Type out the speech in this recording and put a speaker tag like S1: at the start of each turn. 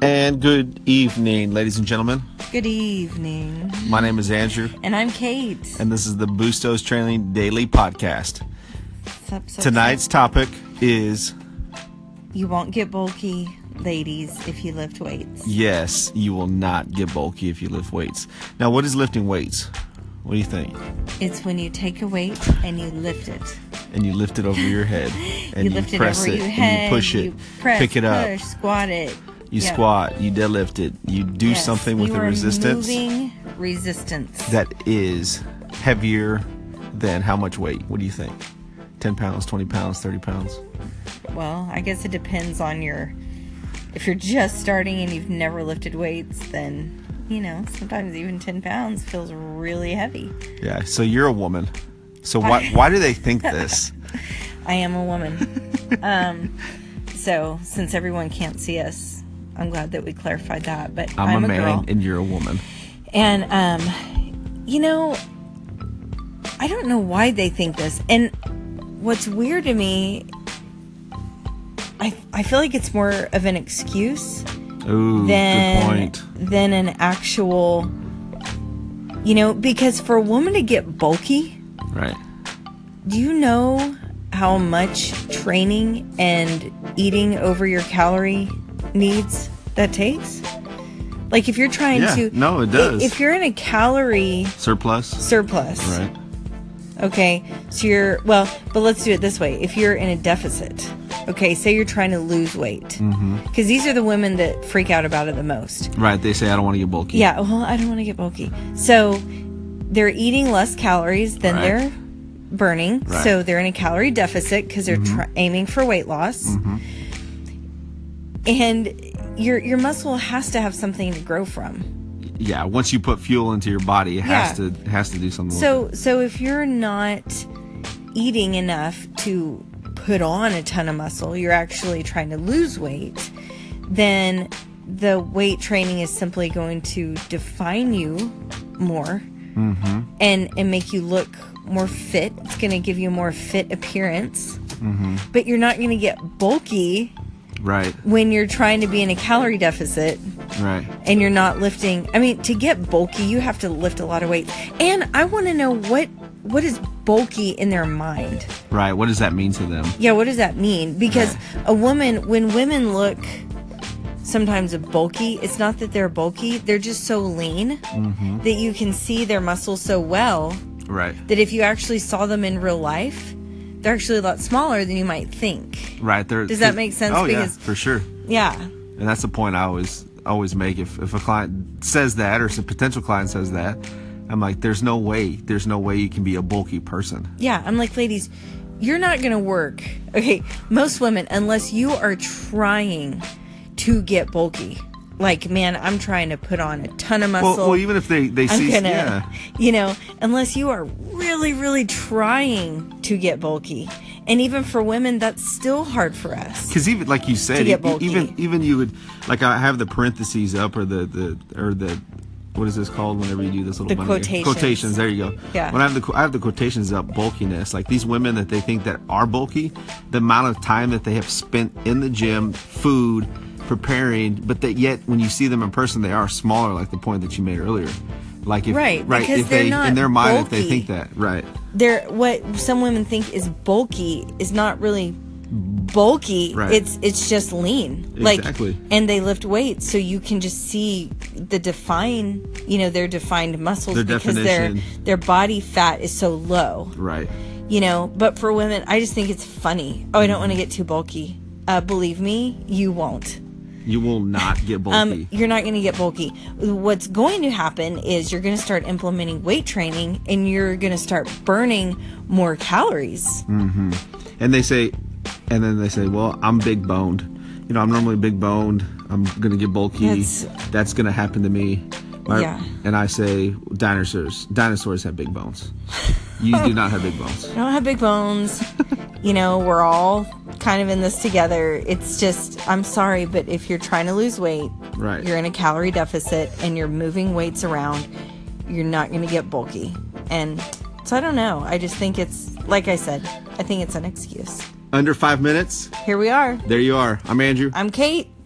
S1: And good evening, ladies and gentlemen.
S2: Good evening.
S1: My name is Andrew,
S2: And I'm Kate.
S1: and this is the Bustos Training Daily Podcast.
S2: Sup, sup,
S1: Tonight's
S2: sup.
S1: topic is
S2: You won't get bulky, ladies, if you lift weights.
S1: yes, you will not get bulky if you lift weights. Now, what is lifting weights? What do you think?
S2: It's when you take a weight and you lift it.
S1: And you lift it over your head, and you,
S2: you lift
S1: press
S2: it over
S1: it,
S2: your
S1: and
S2: head.
S1: you push it,
S2: you press,
S1: pick it up,
S2: Push, squat it.
S1: you
S2: Yeah.
S1: squat, you deadlift it, you do
S2: Yes,
S1: something with
S2: you
S1: the
S2: are
S1: resistance
S2: Moving resistance.
S1: that is heavier than how much weight? What do you think? 10 pounds, 20 pounds, 30 pounds?
S2: well, I guess it depends on your. If you're just starting and you've never lifted weights, then you know sometimes even 10 pounds feels really heavy.
S1: Yeah, so you're a woman. So why why do they think this?
S2: I am a woman. um, so since everyone can't see us, I'm glad that we clarified that. But
S1: I'm, a, man
S2: girl,
S1: and you're a woman.
S2: and um, you know, I don't know why they think this. And what's weird to me, I I feel like it's more of an excuse
S1: Ooh,
S2: than
S1: good point.
S2: than an actual. You know, because for a woman to get bulky,
S1: Right.
S2: do you know how much training and eating over your calorie needs that takes? Like if you're trying
S1: Yeah,
S2: to
S1: no, it
S2: i-
S1: does.
S2: If you're in a calorie
S1: Surplus.
S2: surplus,
S1: Right.
S2: okay, so you're well, but let's do it this way. If you're in a deficit, okay, say you're trying to lose weight, because
S1: Mm-hmm.
S2: these are the women that freak out about it the most.
S1: Right. They say I don't want to get bulky.
S2: Yeah, well, I don't want to get bulky. So they're eating less calories than
S1: Right.
S2: they're burning.
S1: Right. Mm-hmm.
S2: So they're in a calorie deficit because they're try- aiming for weight loss. And your your muscle has to have something to grow from.
S1: Yeah. Once you put fuel into your body, it has
S2: Yeah.
S1: to it has to do something. with
S2: So so if you're not eating enough to put on a ton of muscle, you're actually trying to lose weight, then the weight training is simply going to define you more and and make you look more fit. It's going to give you a more fit appearance. But you're not going to get bulky
S1: it. right.
S2: when you're trying to be in a calorie deficit
S1: Right.
S2: and you're not lifting i mean to get bulky you have to lift a lot of weights and i want to know what what is bulky in their mind
S1: Right. What does that mean to them?
S2: yeah what does that mean because a woman when women look sometimes bulky it's not that they're bulky they're just so lean that you can see their muscles so well
S1: Right.
S2: that if you actually saw them in real life they're actually a lot smaller than you might think
S1: Right. They're,
S2: Does that make sense?
S1: Oh
S2: Because-
S1: yeah, for sure.
S2: yeah
S1: And that's the point I always always make. If if a client says that, or a potential client says that, I'm like, there's no way, there's no way you can be a bulky person.
S2: Yeah, I'm like, ladies, you're not going to work. Okay, most women, unless you are trying to get bulky. Like, man, I'm trying to put on a ton of
S1: Well,
S2: muscle.
S1: well, even if they they
S2: I'm
S1: see,
S2: gonna,
S1: yeah.
S2: you know, unless you are really, really trying to get bulky. And even for women, that's still hard for us.
S1: because even like you said,
S2: get
S1: e- even
S2: bulky.
S1: even you would like I have the parentheses up or the the or the what is this called whenever you do this little
S2: The
S1: bunny
S2: quotations.
S1: quotations there you go
S2: Yeah.
S1: when I have the qu- I have the quotations up bulkiness like these women that they think that are bulky the amount of time that they have spent in the gym food preparing but that yet when you see them in person they are smaller like the point that you made earlier like if
S2: Right,
S1: right
S2: because
S1: if
S2: they're
S1: they
S2: not
S1: in their mind if they
S2: bulky.
S1: think that right
S2: They're, what some women think is bulky is not really bulky.
S1: Right.
S2: It's it's just lean.
S1: Exactly.
S2: Like and they lift weights so you can just see the define, you know, their defined muscles
S1: Their
S2: because
S1: definition.
S2: their their body fat is so low,
S1: right
S2: you know. But for women, I just think it's funny. Oh, I don't want to get too bulky. Uh, believe me, you won't.
S1: you will not get bulky
S2: Um, you're not going to get bulky. What's going to happen is you're going to start implementing weight training and you're going to start burning more calories.
S1: and they say and then they say well i'm big boned you know i'm normally big boned i'm gonna get bulky that's,
S2: That's-
S1: gonna happen to me My-
S2: Yeah.
S1: and i say dinosaurs dinosaurs have big bones you do not have big bones
S2: I don't have big bones. you know, we're all kind of in this together. It's just, I'm sorry, but if you're trying to lose weight,
S1: Right.
S2: you're in a calorie deficit and you're moving weights around, you're not going to get bulky. And so I don't know. I just think it's, like I said, I think it's an excuse.
S1: under five minutes
S2: Here we are.
S1: there you are i'm andrew
S2: I'm Kate.